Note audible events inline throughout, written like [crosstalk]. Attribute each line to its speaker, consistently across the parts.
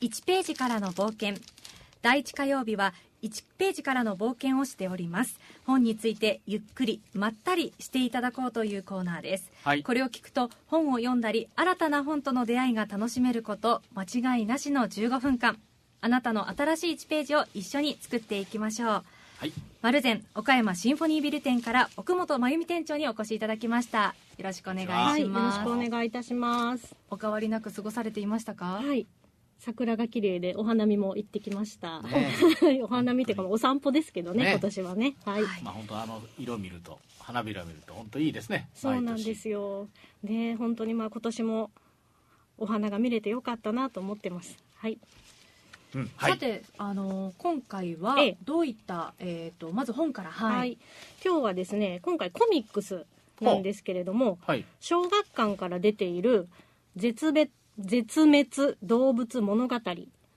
Speaker 1: 1ページからの冒険第1火曜日は1ページからの冒険をしております本についてゆっくりまったりしていただこうというコーナーです、
Speaker 2: はい
Speaker 1: これを聞くと本を読んだり新たな本との出会いが楽しめること間違いなしの15分間あなたの新しい1ページを一緒に作っていきましょう
Speaker 2: はい、
Speaker 1: マルゼン岡山シンフォニービル店から奥本真由美店長にお越しいただきましたよろしくお願いします、
Speaker 3: はい、よろしくお願いいたします。
Speaker 1: お変わりなく過ごされていましたか、
Speaker 3: はい、桜が綺麗でお花見も行ってきました。
Speaker 2: ね
Speaker 3: [laughs] お花見というかお散歩ですけどね、
Speaker 2: ね
Speaker 3: 今年はね。はい。
Speaker 2: まあ本当あの色見ると花びら見ると本当いいですね
Speaker 3: そうなんですよ。ね、本当にまあ今年もお花が見れてよかったなと思ってます。はい。
Speaker 2: 毎年うんはい
Speaker 1: さてあの今回は
Speaker 3: ええ
Speaker 1: どういった、えー、とまず本から
Speaker 3: はい、
Speaker 1: はい、
Speaker 3: 今日はですね、今回コミックスなんですけれども、
Speaker 2: はい
Speaker 3: 小学館から出ている絶滅絶滅動物物語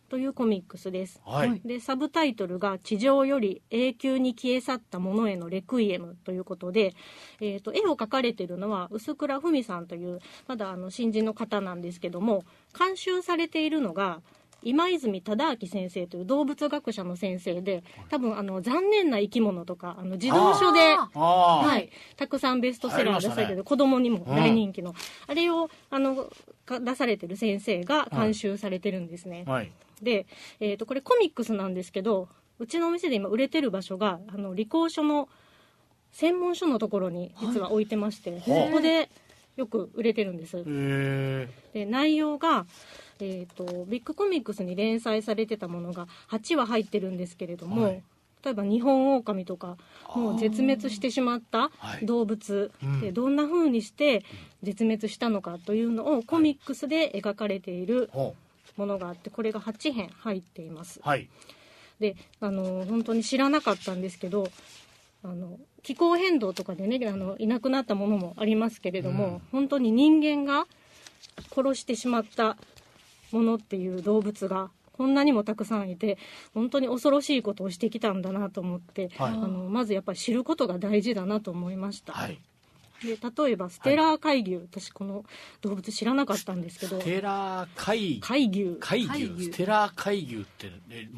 Speaker 3: というコミックスです。
Speaker 2: はい、
Speaker 1: はい
Speaker 3: でサブタイトルが「地上より永久に消え去ったものへのレクイエム」ということで、えー、と絵を描かれているのは薄倉文さんというまだあの新人の方なんですけども監修されているのが今泉忠明先生という動物学者の先生で多分あの残念な生き物とかあの児童書で
Speaker 1: あ。
Speaker 2: あー
Speaker 3: はい、たくさんベストセラー出さ
Speaker 2: ありま
Speaker 3: れて
Speaker 2: した
Speaker 3: る、
Speaker 2: ね
Speaker 3: 子供にも大人気の、あれをあのか出されてる先生が監修されてるんですね、
Speaker 2: はい
Speaker 3: で、えー、とこれコミックスなんですけどうちのお店で今売れてる場所があの理工所の専門書のところに実は置いてまして、そこでよく売れてるんです、
Speaker 2: え
Speaker 3: で内容が、えー、とビッグコミックスに連載されてたものが8話入ってるんですけれども、
Speaker 2: はい
Speaker 3: 例えばニホンオオカミとかもう絶滅してしまった
Speaker 2: はい
Speaker 3: 動物
Speaker 2: うん
Speaker 3: でどんな風にして絶滅したのかというのをコミックスで描かれている
Speaker 2: ー、ほ
Speaker 3: ものがあってこれが8編入っています
Speaker 2: うはい
Speaker 3: であの本当に知らなかったんですけどあの気候変動とかでねあのいなくなったものもありますけれども、
Speaker 2: うん
Speaker 3: 本当に人間が殺してしまったものっていう動物がこんなにもたくさんいて本当に恐ろしいことをしてきたんだなと思って、
Speaker 2: はい
Speaker 3: あのまずやっぱり知ることが大事だなと思いました、
Speaker 2: はい
Speaker 3: で例えばステラー海牛、私この動物知らなかったんですけど
Speaker 2: ステラー海
Speaker 3: 海牛
Speaker 2: 海
Speaker 1: 海
Speaker 2: 牛
Speaker 1: 牛
Speaker 2: ステラー海牛って、ね、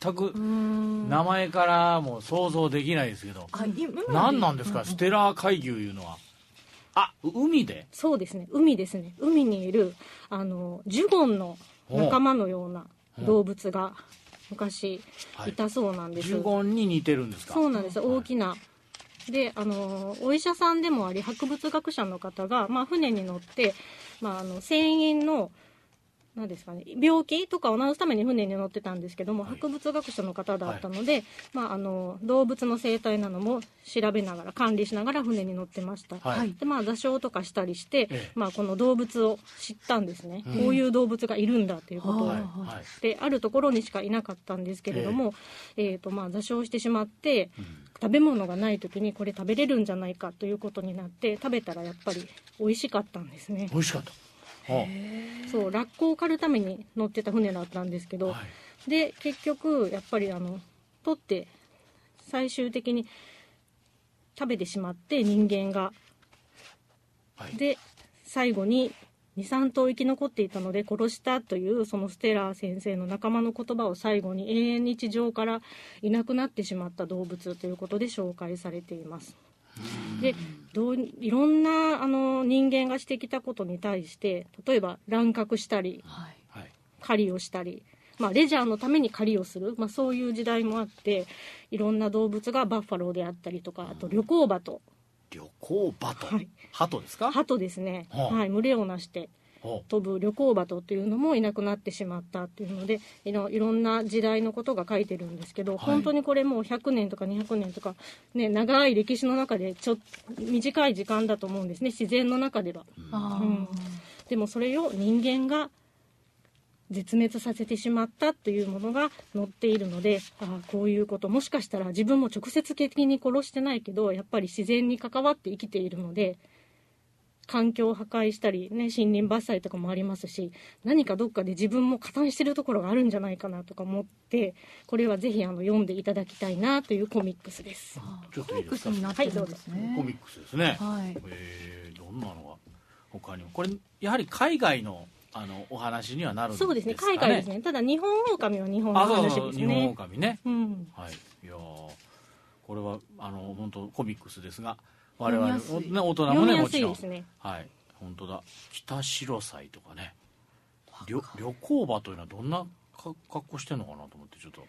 Speaker 2: 全く
Speaker 1: うーん
Speaker 2: 名前からもう想像できないですけど、
Speaker 1: あ今
Speaker 2: 何なんですか、ステラー海牛いうのはあ海で
Speaker 3: そうですね海ですね海にいるあのジュゴンの仲間のような動物が昔
Speaker 2: はい
Speaker 3: いたそうなんです、
Speaker 2: ジュゴンに似てるんですか
Speaker 3: そうなんです
Speaker 2: はい
Speaker 3: 大きなであのお医者さんでもあり博物学者の方が、まあ、船に乗って、まあ、あの船員のなんですかね、病気とかを治すために船に乗ってたんですけども、
Speaker 2: はい
Speaker 3: 博物学者の方だったので、まあ、あの動物の生態なども調べながら管理しながら船に乗ってました、
Speaker 2: はい、
Speaker 1: はい
Speaker 3: でまあ座礁とかしたりして、
Speaker 2: ええ
Speaker 3: まあ、この動物を知ったんですね、
Speaker 2: うん
Speaker 3: こういう動物がいるんだということを、
Speaker 2: はい
Speaker 1: あー
Speaker 2: はい
Speaker 3: であるところにしかいなかったんですけれども、えーとまあ、座礁してしまって食べ物がない時にこれ食べれるんじゃないかということになって食べたらやっぱり美味しかったんですね
Speaker 2: 美味しかったほ
Speaker 3: そうラッコを狩るために乗ってた船だったんですけ
Speaker 2: う
Speaker 3: ど、
Speaker 2: はい
Speaker 3: で結局やっぱりあの取って最終的に食べてしまって人間が
Speaker 2: はい
Speaker 3: で最後に23頭生き残っていたので殺したというそのステラー先生の仲間の言葉を最後に永遠に地上からいなくなってしまった動物ということで紹介されています。でどういろんなあの人間がしてきたことに対して例えば乱獲したり
Speaker 1: はい
Speaker 2: はい
Speaker 3: 狩りをしたり、まあ、レジャーのために狩りをする、まあ、そういう時代もあっていろんな動物がバッファローであったりとかあと旅行馬と
Speaker 2: 旅行バト、
Speaker 3: はい
Speaker 2: 鳩ですか
Speaker 3: 鳩ですね、
Speaker 2: はあ
Speaker 3: はい、群れをなして
Speaker 2: ほ
Speaker 3: 飛ぶ旅行馬とっていうのもいなくなってしまったっていうのでいろいろんな時代のことが書いてるんですけど、
Speaker 2: はい
Speaker 3: 本当にこれもう100年とか200年とか、ね、長い歴史の中でちょっと短い時間だと思うんですね自然の中では。
Speaker 1: あー
Speaker 3: うんでもそれを人間が絶滅させてしまったというものが載っているのでああこういうこともしかしたら自分も直接的に殺してないけどやっぱり自然に関わって生きているので環境を破壊したり、ね、森林伐採とかもありますし何かどっかで自分も加担してるところがあるんじゃないかなとか思ってこれはぜひあの読んでいただきたいなというコミックスです。
Speaker 1: あー
Speaker 2: ちょっと
Speaker 1: コ
Speaker 2: い
Speaker 1: ミ
Speaker 2: い
Speaker 1: ッ
Speaker 2: で
Speaker 1: ク
Speaker 2: す
Speaker 1: ス
Speaker 2: か
Speaker 1: になってるんですね
Speaker 2: うコミックスですね
Speaker 1: はい
Speaker 2: えー、どんなのが他にもこれやはり海外のあのお話にはなるんですか
Speaker 3: そ
Speaker 2: ね。
Speaker 3: うですね海外ですねただ日本狼は日本の
Speaker 2: あ、そう
Speaker 3: 話
Speaker 2: そう、
Speaker 3: です
Speaker 2: 日本
Speaker 3: ね
Speaker 2: 狼ね。
Speaker 3: うん
Speaker 2: はい。いやーこれはあの本当コミックスですが、我々
Speaker 3: 読みやすい
Speaker 2: ね大人も
Speaker 3: 読
Speaker 2: ね
Speaker 3: み
Speaker 2: も
Speaker 3: やす
Speaker 2: ち
Speaker 3: い
Speaker 2: ろん
Speaker 3: で。すね
Speaker 2: はい。本当だ。北白祭とかね。旅旅行場というのはどんなか格好してんのかなと思ってちょっと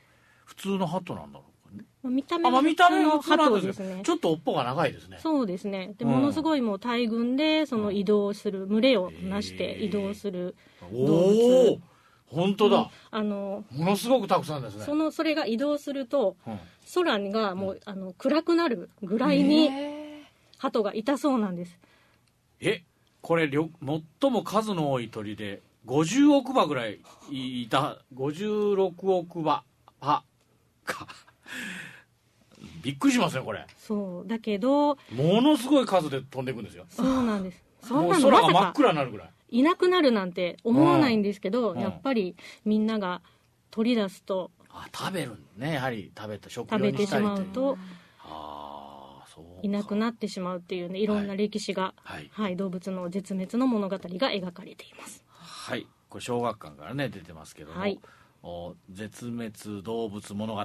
Speaker 2: 普通のハットなんだろうかね。
Speaker 3: まあ見た目
Speaker 2: あ、まあ、見た目は
Speaker 3: の
Speaker 2: 普通なん
Speaker 3: 鳩
Speaker 2: で
Speaker 3: ですす
Speaker 2: けど、
Speaker 3: ね
Speaker 2: ちょっと尾っぽが長いですね。
Speaker 3: そうですねで
Speaker 2: うん
Speaker 3: ものすごいもう大群でその移動する群れをなし
Speaker 2: へ
Speaker 3: て
Speaker 2: ー
Speaker 3: 移動する
Speaker 2: おお、本当だ。
Speaker 3: あの
Speaker 2: ものすごくたくさんですね。
Speaker 3: そのそれが移動すると
Speaker 2: うん
Speaker 3: 空がもうあの暗くなるぐらい
Speaker 1: に
Speaker 3: に鳩がいたそうなんです
Speaker 2: えこれりょ最も数の多い鳥で50億羽ぐらいいた56億羽羽か [laughs] びっくりしますねこれ
Speaker 3: そうだけど
Speaker 2: ものすごい数で飛んでいくんですよ
Speaker 3: そうなんですそん
Speaker 2: もう
Speaker 3: なの
Speaker 2: 空が
Speaker 3: まさ
Speaker 2: 真っ
Speaker 3: か
Speaker 2: 暗になるぐらい
Speaker 3: いなくなるなんて思わないんですけど、
Speaker 2: うん
Speaker 3: やっぱりみんなが取り出すと
Speaker 2: あ食べるねやはり食べた食
Speaker 3: 食
Speaker 2: 料
Speaker 3: べ
Speaker 2: に
Speaker 3: て
Speaker 2: し
Speaker 3: した
Speaker 2: り
Speaker 3: ま
Speaker 2: と
Speaker 3: う
Speaker 2: いう
Speaker 3: と
Speaker 2: ああそう
Speaker 3: いなく
Speaker 2: る
Speaker 3: なってしまうっていうねいろんな歴史が、
Speaker 2: はいはい
Speaker 3: はい、動物の絶滅の物語が描かれています
Speaker 2: はいこれ小学館からね出てますけども、
Speaker 3: はい
Speaker 2: お絶滅動物物語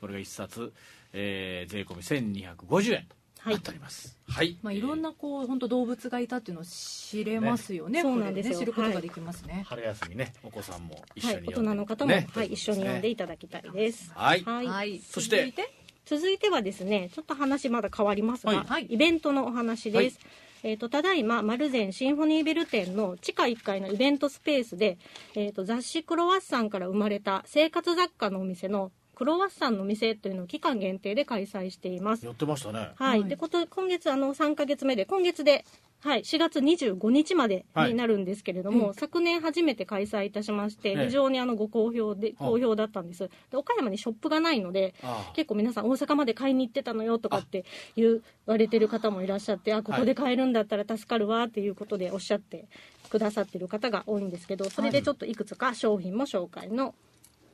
Speaker 2: これが一冊、えー税込み1250円と
Speaker 3: はい
Speaker 2: なっておりますはい、
Speaker 4: まあ、いろんなこう本当動物がいたっていうのを知れますよね
Speaker 3: ね
Speaker 4: これ
Speaker 3: そうなんですよ
Speaker 4: 知ることができます
Speaker 2: えー
Speaker 4: ね、
Speaker 2: 春休みねお子さんも一
Speaker 3: は
Speaker 2: 緒
Speaker 3: い
Speaker 2: に読
Speaker 3: 大人
Speaker 2: んで、
Speaker 3: の方も、
Speaker 2: ね
Speaker 3: はい、一緒に読んでいただきたいです
Speaker 2: はい
Speaker 3: はい、
Speaker 4: はい
Speaker 2: そして
Speaker 4: 続いて
Speaker 3: 続いてはですねちょっと話まだ変わりますが、
Speaker 2: はい
Speaker 4: はい
Speaker 3: イベントのお話です、えー、とただいま丸善シンフォニーベル店の地下1階のイベントスペースで、えー、と雑誌「クロワッサン」から生まれた生活雑貨のお店のクロワッサンの店というのを期間限定で開催しています
Speaker 2: やってましたね
Speaker 3: はい、
Speaker 4: はい
Speaker 3: でこと今月あの3か月目で今月で、はい、4月25日までになるんですけれども、
Speaker 4: は
Speaker 3: 昨年初めて開催いたしまして、
Speaker 2: ええ
Speaker 3: 非常にあのご好評で好評だったんですで岡山にショップがないので
Speaker 2: あ
Speaker 3: 結構皆さん大阪まで買いに行ってたのよとかって言われてる方もいらっしゃってあここで買えるんだったら助かるわっていうことでおっしゃってくださってる方が多いんですけどそれでちょっといくつか商品も紹介の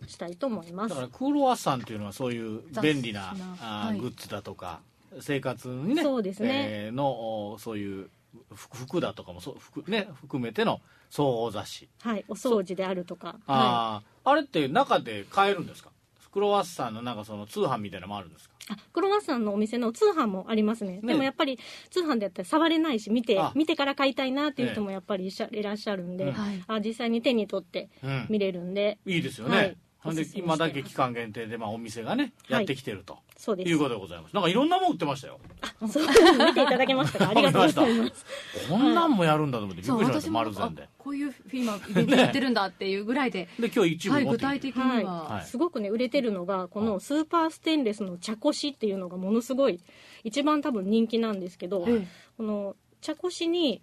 Speaker 3: したいと思いま
Speaker 2: あ
Speaker 3: す
Speaker 2: だか。らクロワッサンっていうのはそういう便利な
Speaker 4: 雑誌な
Speaker 2: あー、
Speaker 4: はい
Speaker 2: グッズだとか生活にね
Speaker 3: そうですね
Speaker 2: えーのおそういう服服だとかもそう服ね含めての総合雑誌
Speaker 3: はい、お掃除であるとか、は
Speaker 2: ああ、あれって中で買えるんですかクロワッサンのなんかその通販みたいなのもあるんですか
Speaker 3: い、あクロワッサンのお店の通販もありますね
Speaker 2: ね
Speaker 3: でもやっぱり通販でやったら触れないし見て
Speaker 2: あ
Speaker 3: 見てから買いたいなっていう人もやっぱりいらっしゃいらっしゃるんで、
Speaker 2: うん
Speaker 4: はい
Speaker 3: あ実際に手に取って
Speaker 2: うん
Speaker 3: 見れるんで、
Speaker 2: いいですよね、
Speaker 3: はい
Speaker 2: ほん
Speaker 3: お
Speaker 2: です
Speaker 3: すめして
Speaker 2: 今
Speaker 3: ます
Speaker 2: だけ期間限定で、まあ、お店がね
Speaker 3: は
Speaker 2: や
Speaker 3: い
Speaker 2: ってきてると、
Speaker 3: そうで
Speaker 2: い、
Speaker 3: す
Speaker 2: うことでございますなんかいろんなもん売ってましたよ
Speaker 3: [laughs] そういうの見ていただけましたかありがとうございます
Speaker 2: こんなんもやるんだと思ってびっ
Speaker 4: そ
Speaker 2: く
Speaker 4: う
Speaker 2: りしました
Speaker 4: 私も
Speaker 2: 丸善で
Speaker 4: あこういうフィーマイベントやってるんだっていうぐらい
Speaker 2: [laughs]
Speaker 4: で、
Speaker 2: で今日一部持
Speaker 4: は
Speaker 2: って
Speaker 4: い、具
Speaker 2: きて
Speaker 4: 体的には、
Speaker 2: はい
Speaker 3: すごくね売れてるのがこのスーパーステンレスの茶こしっていうのがものすごい一番多分人気なんですけど、
Speaker 4: え
Speaker 3: この茶こしに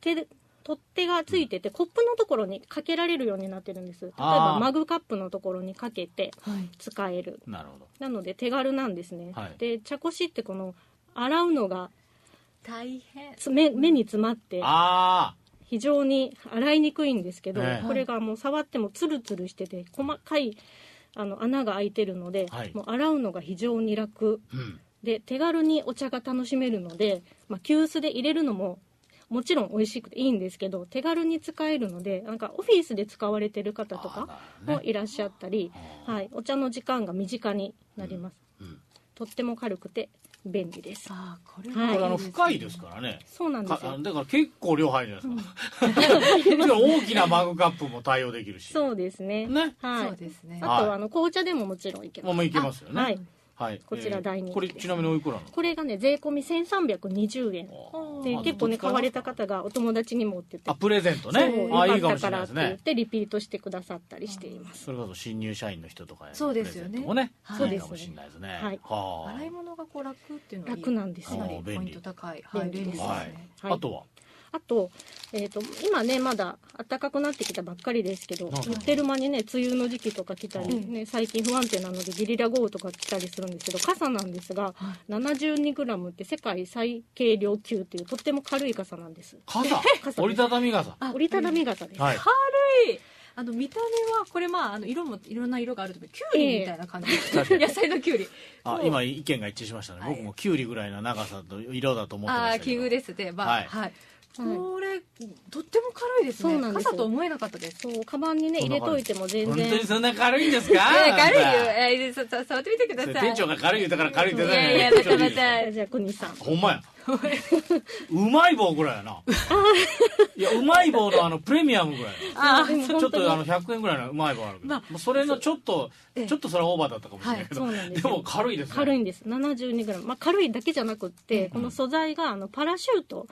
Speaker 3: 手で取っ手がついててコップのところにかけられるようになってるんです例え
Speaker 2: あー
Speaker 3: ばマグカップのところにかけて
Speaker 4: えはい
Speaker 3: 使える
Speaker 2: なるほど
Speaker 3: なので手軽なんですね、
Speaker 2: はい
Speaker 3: で茶こしってこの洗うのが
Speaker 4: 大変
Speaker 3: つ目目に詰まって
Speaker 2: あ
Speaker 3: 非常に洗いにくいんですけど、
Speaker 2: ええ
Speaker 3: これがもう触ってもツルツルしてて細かいあの穴が開いてるので、
Speaker 2: はい
Speaker 3: もう洗うのが非常に楽
Speaker 2: あうん
Speaker 3: で手軽にお茶が楽しめるので、まあ、急須で入れるのももちろん美味しくていいんですけど手軽に使えるのでなんかオフィスで使われてる方とか
Speaker 2: あーなるほど
Speaker 3: も
Speaker 2: ね
Speaker 3: いらっしゃったり、
Speaker 2: あー
Speaker 3: はい、お茶の時間が身近になります、
Speaker 2: うん
Speaker 3: とっても軽くて便利です
Speaker 4: ああこれ
Speaker 2: こ
Speaker 3: はい
Speaker 2: れあ
Speaker 4: は
Speaker 2: の深いです
Speaker 4: か
Speaker 2: からね
Speaker 3: そうなんで
Speaker 2: か
Speaker 3: すよ
Speaker 2: だから結構量入るじゃない [laughs] ですか、もちろん大きなマグカップも対応できるし
Speaker 3: そうですね
Speaker 2: ね
Speaker 3: はい
Speaker 4: そうですね
Speaker 3: あ
Speaker 2: は
Speaker 3: とはあの紅茶でももちろんいけ
Speaker 2: まあ
Speaker 3: ます
Speaker 2: まあいけますよね
Speaker 3: は、い
Speaker 2: はい
Speaker 3: こちら大人気
Speaker 2: これちなみにおいくらなの
Speaker 3: これがね税込み1320円
Speaker 2: あー
Speaker 3: で
Speaker 2: まあ
Speaker 3: 結構ね
Speaker 2: どっち
Speaker 3: 買
Speaker 2: か
Speaker 3: われた方がお友達にもってて
Speaker 2: あプレゼント
Speaker 3: そう
Speaker 2: ね
Speaker 3: よ
Speaker 2: あ
Speaker 3: か
Speaker 2: あい
Speaker 3: っ
Speaker 2: いかも
Speaker 3: た
Speaker 2: しれ
Speaker 3: か
Speaker 2: ないで
Speaker 3: らっ
Speaker 2: す
Speaker 3: て言っ
Speaker 2: ね
Speaker 3: てリピートしてくださったりしています
Speaker 2: それこそ新入社員の人とかへの
Speaker 4: そうですよね
Speaker 2: プレゼントもね
Speaker 4: はい
Speaker 2: いいかもしれないですね
Speaker 3: はい
Speaker 2: は
Speaker 4: 洗い物がこう楽っていうのはいい
Speaker 3: 楽なんです
Speaker 4: か
Speaker 3: よ
Speaker 4: なりポイント高いはい
Speaker 3: 便利
Speaker 4: 便利ですね、
Speaker 2: はい
Speaker 3: はい
Speaker 2: あとは
Speaker 3: あと,、えー、と今ねまだ暖かくなってきたばっかりですけど
Speaker 2: はい
Speaker 3: 言ってる間にね梅雨の時期とか来たり、
Speaker 4: うん
Speaker 3: ね、最近不安定なのでゲリラ豪雨とか来たりするんですけど傘なんですが 72g って世界最軽量級っていうとっても軽い傘なんです
Speaker 2: 傘
Speaker 3: です
Speaker 2: 折りたたみ傘
Speaker 4: あ
Speaker 3: 折りたたみ傘です、
Speaker 2: はい
Speaker 4: あの見た目はこれまああの色もいろんな色があると思うきゅうりみたいな感じ、野菜のきゅうり
Speaker 2: あ今意見が一致しましたね
Speaker 4: はい
Speaker 2: 僕もキュウリぐらいの長さと色だと思ってま
Speaker 4: ああ
Speaker 2: した
Speaker 4: 奇
Speaker 2: け
Speaker 4: 遇
Speaker 2: ど
Speaker 4: ですってまあ
Speaker 2: は
Speaker 4: はいい、
Speaker 3: はい
Speaker 4: これとっても軽いですね
Speaker 3: そうなんですよ
Speaker 4: 傘と思えなかったです
Speaker 3: そうカバンにね
Speaker 2: そん
Speaker 3: 入
Speaker 2: な
Speaker 3: れといても全
Speaker 2: 本
Speaker 3: 然
Speaker 2: 当にそんな軽いんですか
Speaker 4: 軽いよ
Speaker 2: あんた
Speaker 4: えーささ触ってみてくだ
Speaker 2: それ
Speaker 4: さい
Speaker 2: 店長が軽い言うたから軽いって言
Speaker 4: い
Speaker 2: った
Speaker 4: や
Speaker 2: ね
Speaker 4: いやまたまた
Speaker 3: じゃあ小西さん
Speaker 2: ほんまや。うまい棒ぐらいやな。いや、うまい棒の
Speaker 3: [laughs]
Speaker 2: あの、プレミアムぐらい。
Speaker 4: あ
Speaker 3: でも
Speaker 2: ちょっ
Speaker 3: 本当に
Speaker 2: とあの、100円ぐらいのうまい棒あるけど。
Speaker 4: まあ
Speaker 2: もうそれのちょっと
Speaker 4: ええ、
Speaker 2: ちょっとそれはオーバーだったかもしれないけど。
Speaker 3: はいそうなんで
Speaker 2: です
Speaker 3: よ
Speaker 2: も軽いですね。
Speaker 3: 軽いんです7 2グラムまあ、軽いだけじゃなくって、
Speaker 2: ん
Speaker 3: この素材があのパラシュート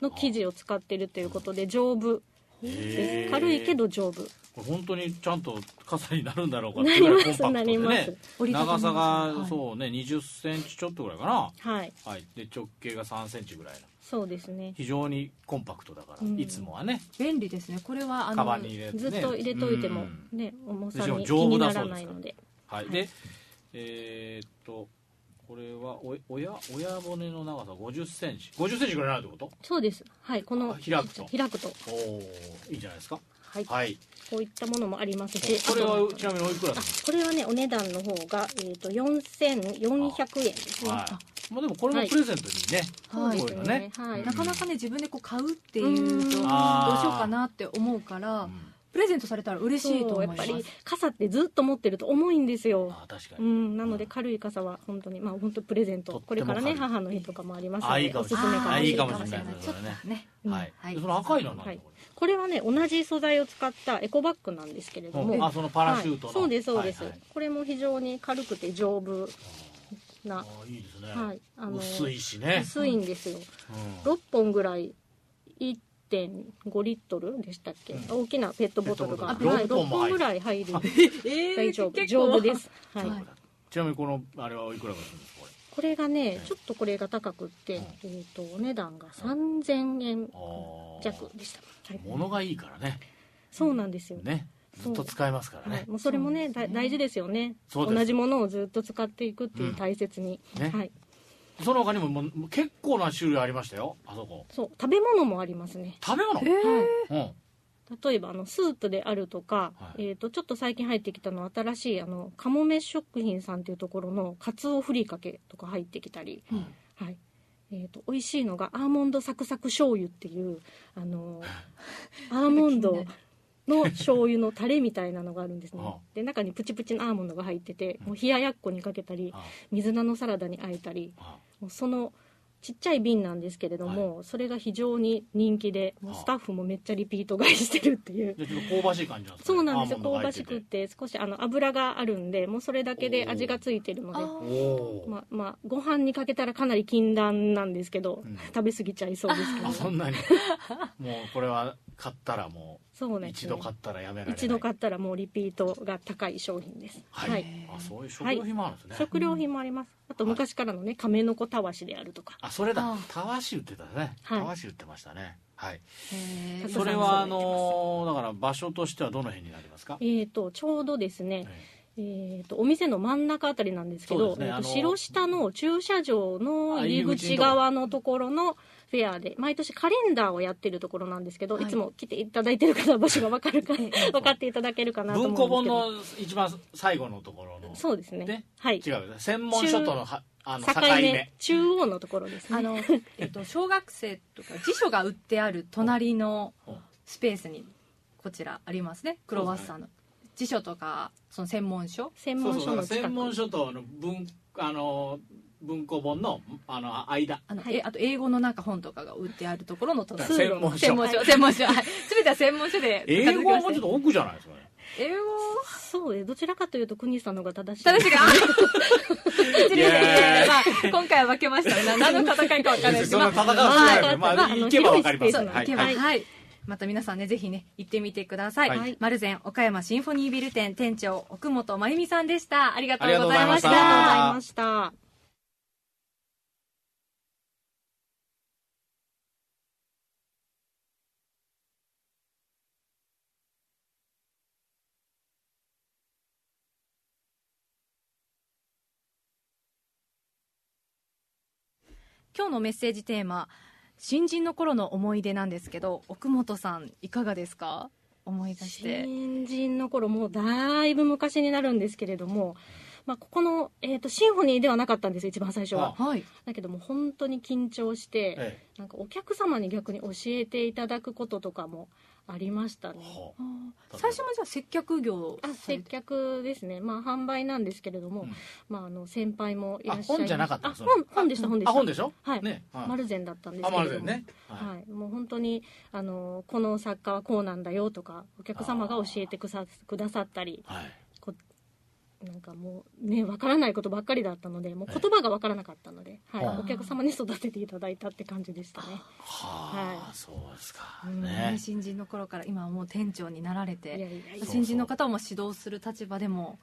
Speaker 3: の生地を使ってるということで丈夫で
Speaker 2: へ
Speaker 3: す
Speaker 2: ー
Speaker 3: 軽いけ。ど丈夫
Speaker 2: これ本当にちゃんと傘になるんだろうかってぐらいコンパクト
Speaker 3: な
Speaker 2: で
Speaker 3: りますなり
Speaker 4: 折り
Speaker 2: ね
Speaker 3: ま。
Speaker 4: たたみ
Speaker 2: 長
Speaker 4: ます
Speaker 2: さ
Speaker 4: は
Speaker 2: が、
Speaker 4: い
Speaker 2: そうね、20センチちょっとぐらいかな。
Speaker 3: はい
Speaker 2: はい。で、直径が3センチぐらいの。
Speaker 3: そうですね
Speaker 2: 非常にコンパクトだから、
Speaker 3: うん
Speaker 2: いつもはね、
Speaker 4: 便利ですねこれはあ
Speaker 2: カ
Speaker 4: の
Speaker 2: バンに入れて、ね。
Speaker 3: ずっと入れといても
Speaker 2: うん、
Speaker 3: ね重さ
Speaker 2: でしか
Speaker 3: に
Speaker 2: も
Speaker 3: 気
Speaker 2: 丈
Speaker 3: に
Speaker 2: 夫
Speaker 3: な
Speaker 2: だ
Speaker 3: ら
Speaker 2: そうで
Speaker 3: な
Speaker 2: す
Speaker 3: いので
Speaker 2: はい、で、えーっと、これはお親親骨の長さ50センチ、50センチぐらいになるってこ
Speaker 3: そうですはいこの
Speaker 2: あ開くと
Speaker 3: 開くと
Speaker 2: と？おお、いいんじゃないですか。
Speaker 3: はい、
Speaker 2: はい。
Speaker 3: こういったものもありますし
Speaker 2: これ
Speaker 3: あ
Speaker 2: は
Speaker 3: と
Speaker 2: ちなみにおいくら
Speaker 3: あ
Speaker 2: なんです
Speaker 3: これはねお値段の方が、えー、と4400円ですね
Speaker 2: か。はい。まあでもこれもプレゼントにね、
Speaker 3: そう
Speaker 4: はい
Speaker 3: です
Speaker 2: こういうのね
Speaker 3: はい
Speaker 4: なかなかね自分でこう買うっていうとどうしよう
Speaker 3: うん
Speaker 4: かなって思うか
Speaker 2: う
Speaker 4: ら
Speaker 2: ん
Speaker 4: プレゼントされたら嬉しいと
Speaker 3: そう
Speaker 4: 思い
Speaker 3: やっ
Speaker 4: ま
Speaker 3: ぱ
Speaker 4: す
Speaker 3: り傘ってずっと持ってると重いんですよ
Speaker 2: あー確か
Speaker 3: う
Speaker 2: に。
Speaker 3: ん、なので軽い傘は本当に、まあ本当プレゼン
Speaker 2: と
Speaker 3: ト
Speaker 2: っ。ても
Speaker 3: これからね、
Speaker 2: 軽い
Speaker 3: 母の日とかもあります
Speaker 2: あ
Speaker 3: の
Speaker 2: いい
Speaker 3: で、
Speaker 2: か
Speaker 3: お
Speaker 2: もし
Speaker 3: す
Speaker 2: れ
Speaker 3: す
Speaker 2: ない
Speaker 3: めかも
Speaker 2: あい
Speaker 3: し
Speaker 2: い
Speaker 3: れ
Speaker 2: かもしれ
Speaker 3: ない。
Speaker 2: ない
Speaker 4: ちょっとね
Speaker 3: うん
Speaker 2: はい。
Speaker 4: はい
Speaker 2: でその赤いのは何だろうこ
Speaker 3: これはね、同じ素材を使ったエコバッグなんですけれど
Speaker 2: れ
Speaker 3: も。
Speaker 2: うん
Speaker 3: は
Speaker 2: あ、そのパラシュート
Speaker 3: い
Speaker 2: の。
Speaker 3: そうです、そうです
Speaker 2: はいはい。
Speaker 3: これも非常に軽くて丈夫
Speaker 2: あ
Speaker 3: な、
Speaker 2: ーいいですね。
Speaker 3: はい、あの、
Speaker 2: 薄いしね。
Speaker 3: 薄いんですよ。
Speaker 2: うん
Speaker 3: 6本ぐらい、1.5リットルでしたっけ
Speaker 2: うん
Speaker 3: 大きなペットボトルが、
Speaker 2: ペットボトル6本も入
Speaker 3: はい
Speaker 2: る
Speaker 3: ぐらい入る。
Speaker 4: えー
Speaker 3: 大丈夫、
Speaker 4: 結構
Speaker 3: 丈夫です。はい。
Speaker 2: ちなみにこのあれはおいくらかするんですかこれ。
Speaker 3: これがね
Speaker 2: え、え
Speaker 3: ちょっとこれが高くって、
Speaker 2: うん
Speaker 3: えっ、と、お値段が3000円
Speaker 2: あー
Speaker 3: 弱でした。はい、
Speaker 2: 物がいいからね。
Speaker 3: そうなんですよ。
Speaker 2: ね。ずっと使えますから
Speaker 3: はい、
Speaker 2: ね。
Speaker 3: もうそれもね
Speaker 4: そうですね
Speaker 3: だ大事ですよね
Speaker 2: そうです
Speaker 3: 同じものをずっと使っていくっていううん大切に、
Speaker 2: ね
Speaker 3: はい、
Speaker 2: その他にももう結構な種類ありましたよあそこ
Speaker 3: そう食べ物もありますね、
Speaker 2: 食べ物、
Speaker 4: えー
Speaker 2: うん
Speaker 3: 例えばあのスープであるとか、
Speaker 2: はい
Speaker 3: えー、とちょっと最近入ってきたのは新しいあのカモメ食品さんっていうところのカツオふりかけとか入ってきたり、
Speaker 2: うん
Speaker 3: はいえー、と美味しいのがアーモンドサクサク醤油っていう
Speaker 2: [laughs]
Speaker 3: あのアーモンドの醤油のタレみたいなのがあるんですね
Speaker 2: ああ
Speaker 3: で中にプチプチのアーモンドが入っててもう冷ややっこにかけたり
Speaker 2: あ
Speaker 3: 水菜のサラダにあえたり
Speaker 2: あ
Speaker 3: もうそのちっちゃい瓶なんですけれども、それが非常に人気でもう
Speaker 2: ああ
Speaker 3: スタッフもめっちゃリピート買いしてるっていう
Speaker 2: じゃあちょっと香ばしい感じなんですか
Speaker 3: そ
Speaker 2: ね、
Speaker 3: うなんですよ
Speaker 2: アーモンド
Speaker 3: 香
Speaker 2: が入っ
Speaker 3: ば
Speaker 2: て
Speaker 3: してくって少しあの油があるんでもうそれだけで味がついてるの
Speaker 4: あ
Speaker 3: で
Speaker 4: ー
Speaker 2: おお、
Speaker 3: まあまあ、ご飯にかけたらかなり禁断なんですけど、
Speaker 2: うん
Speaker 3: 食べ過ぎちゃいそうですけど
Speaker 2: あそんなにもうこれは買ったらも
Speaker 3: そう
Speaker 2: う
Speaker 3: ね
Speaker 2: 一度買ったらやめられない
Speaker 3: 一度買ったらもうリピートが高い商品です、
Speaker 2: はい、あそういう食料品もあるんですね、
Speaker 3: 食料品もありますあと昔からのね亀の子たわしであるとか
Speaker 2: あそれだ
Speaker 4: あ
Speaker 2: たわし売ってたね
Speaker 3: はい
Speaker 2: たわし売ってましたねはい
Speaker 4: へー
Speaker 3: たくさ
Speaker 2: そ
Speaker 3: ん
Speaker 2: れはあのーだから場所としてはどの辺になりますか、
Speaker 3: えー、とちょうどですね、えー、とお店の真ん中あたりなんですけ
Speaker 2: そうで
Speaker 3: ど
Speaker 2: すね
Speaker 3: えー
Speaker 2: あ
Speaker 3: と
Speaker 2: の
Speaker 3: 白下の駐車場の入り
Speaker 2: あ入り口の
Speaker 3: 口
Speaker 2: とこ
Speaker 3: 側のところのフェアで毎年カレンダーをやってるところなんですけど、
Speaker 4: はい
Speaker 3: い、つも来ていただいてる方は場所が分かる
Speaker 2: [laughs]
Speaker 3: か
Speaker 4: え
Speaker 3: 分かっていただけるかなと思うん
Speaker 2: 文
Speaker 3: ですけ
Speaker 2: 庫
Speaker 3: ど
Speaker 2: 本の一番最後のところの
Speaker 3: そうですね
Speaker 2: ね
Speaker 3: はい
Speaker 2: 違う専門書とのはあの境
Speaker 3: 境
Speaker 2: 目
Speaker 3: 目中央のところですね
Speaker 4: あ
Speaker 2: [laughs]
Speaker 4: の、えっと、小学生とか辞書が売ってある隣のスペースにこちらありますねクロワッサンの辞書とかその専門書
Speaker 3: 専
Speaker 2: そうそ
Speaker 3: 門書
Speaker 2: うだか
Speaker 3: の
Speaker 2: ら
Speaker 3: 近く
Speaker 2: 専門書とあの文あの文庫本のあの間
Speaker 4: あの、
Speaker 3: はい
Speaker 4: えあと英語のなんか本とかが売ってあるところの隣
Speaker 2: 専門書
Speaker 4: 専門書専門書はい全ては専門書で
Speaker 2: 英語はもうちょっ
Speaker 4: と
Speaker 2: と奥じゃないですかね
Speaker 4: 英語
Speaker 3: そうですどちらかというと国さんの方が [laughs] 正しい
Speaker 4: 正しいか一
Speaker 2: イ
Speaker 4: 流
Speaker 2: エーイ
Speaker 4: まあ今回は負けましたね何の戦いか分からないです
Speaker 2: そんな戦わせないでまあ行けばわかります
Speaker 4: そう、
Speaker 2: ねは
Speaker 4: 行
Speaker 2: い
Speaker 4: けば、
Speaker 2: は
Speaker 4: はいい。また皆さんね、ぜひね、行ってみてください。
Speaker 2: はい
Speaker 4: マルゼン岡山シンフォニービル店店長、奥本真由美さんでした。ありがとうございまし
Speaker 3: あ
Speaker 4: た。
Speaker 3: りがとうございました
Speaker 4: 今日のメッセージテーマ、新人の頃の思い出なんですけど、奥本さん、いかがですか思い出して。
Speaker 3: 新人の頃もうだいぶ昔になるんですけれどもまあ、ここの、えー、とシンフォニーではなかったんですよ一番最初は
Speaker 2: あ
Speaker 4: はい
Speaker 3: だけどもう本当に緊張して、
Speaker 2: え
Speaker 3: なんかお客様に逆に教えていただくこととかもありました
Speaker 2: え
Speaker 3: ね
Speaker 2: は
Speaker 4: あー最初もじゃあ接客業
Speaker 3: あ
Speaker 4: され
Speaker 3: 接
Speaker 4: て
Speaker 3: 客ですねまあ販売なんですけれども、
Speaker 2: うん
Speaker 3: まあ、あの先輩もいらっしゃいま
Speaker 2: あ本じゃなかった
Speaker 3: あ
Speaker 2: それ
Speaker 3: 本本でした本でし
Speaker 2: あ
Speaker 3: た
Speaker 2: 本でしょ
Speaker 3: はい
Speaker 2: ねはい
Speaker 3: マルゼンだったんです
Speaker 2: あ
Speaker 3: けれ
Speaker 2: ま
Speaker 3: ども
Speaker 2: るでね
Speaker 3: はい
Speaker 2: はい
Speaker 3: もう本当にあのこの作家はこうなんだよとかお客様が教えてくさくださったり
Speaker 2: はい
Speaker 3: こなんかもうねわからないことばっかりだったのでもう言葉がわからなかったので、はい、
Speaker 2: はい
Speaker 3: お客様に育てていただいたって感じでしたね
Speaker 2: は
Speaker 3: は
Speaker 2: あ
Speaker 3: い
Speaker 2: そうですか
Speaker 4: うん
Speaker 2: ね
Speaker 4: 新人の頃から今はもう店長になられ
Speaker 3: いやいや
Speaker 4: て
Speaker 3: い
Speaker 2: そ
Speaker 3: や
Speaker 2: う
Speaker 4: 新人の方をもう指導する立場でも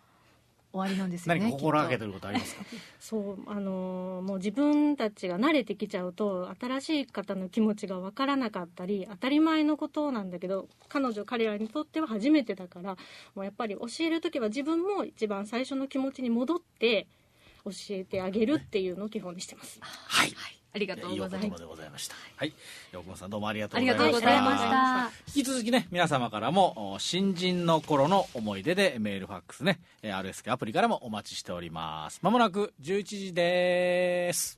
Speaker 4: 終わりなんですよ
Speaker 2: 何
Speaker 4: ね
Speaker 2: か心がけ
Speaker 4: き
Speaker 2: てることありますか
Speaker 3: そうあのーもう自分たちが慣れてきちゃうと新しい方の気持ちがわからなかったり当たり前のことなんだけど彼女彼らにとっては初めてだからもうやっぱり教える時は自分も一番最初の気持ちに戻って教えてあげるっていうのを基本にしてます。
Speaker 2: はい
Speaker 4: っとはい、ありがと
Speaker 2: いういお
Speaker 4: ご
Speaker 2: 言
Speaker 4: ざい
Speaker 2: 葉
Speaker 4: ます
Speaker 2: でございましたはい大久保さんどうもありがと
Speaker 4: あ
Speaker 2: う
Speaker 4: り
Speaker 2: ござ
Speaker 4: が
Speaker 2: い
Speaker 4: とうご
Speaker 2: まし
Speaker 4: ざいま
Speaker 2: た
Speaker 4: した
Speaker 2: 引き続きね皆様からもお新人の頃の思い出でメールファックスねえー RSK アプリからもお待ちしておりますまもなく11時です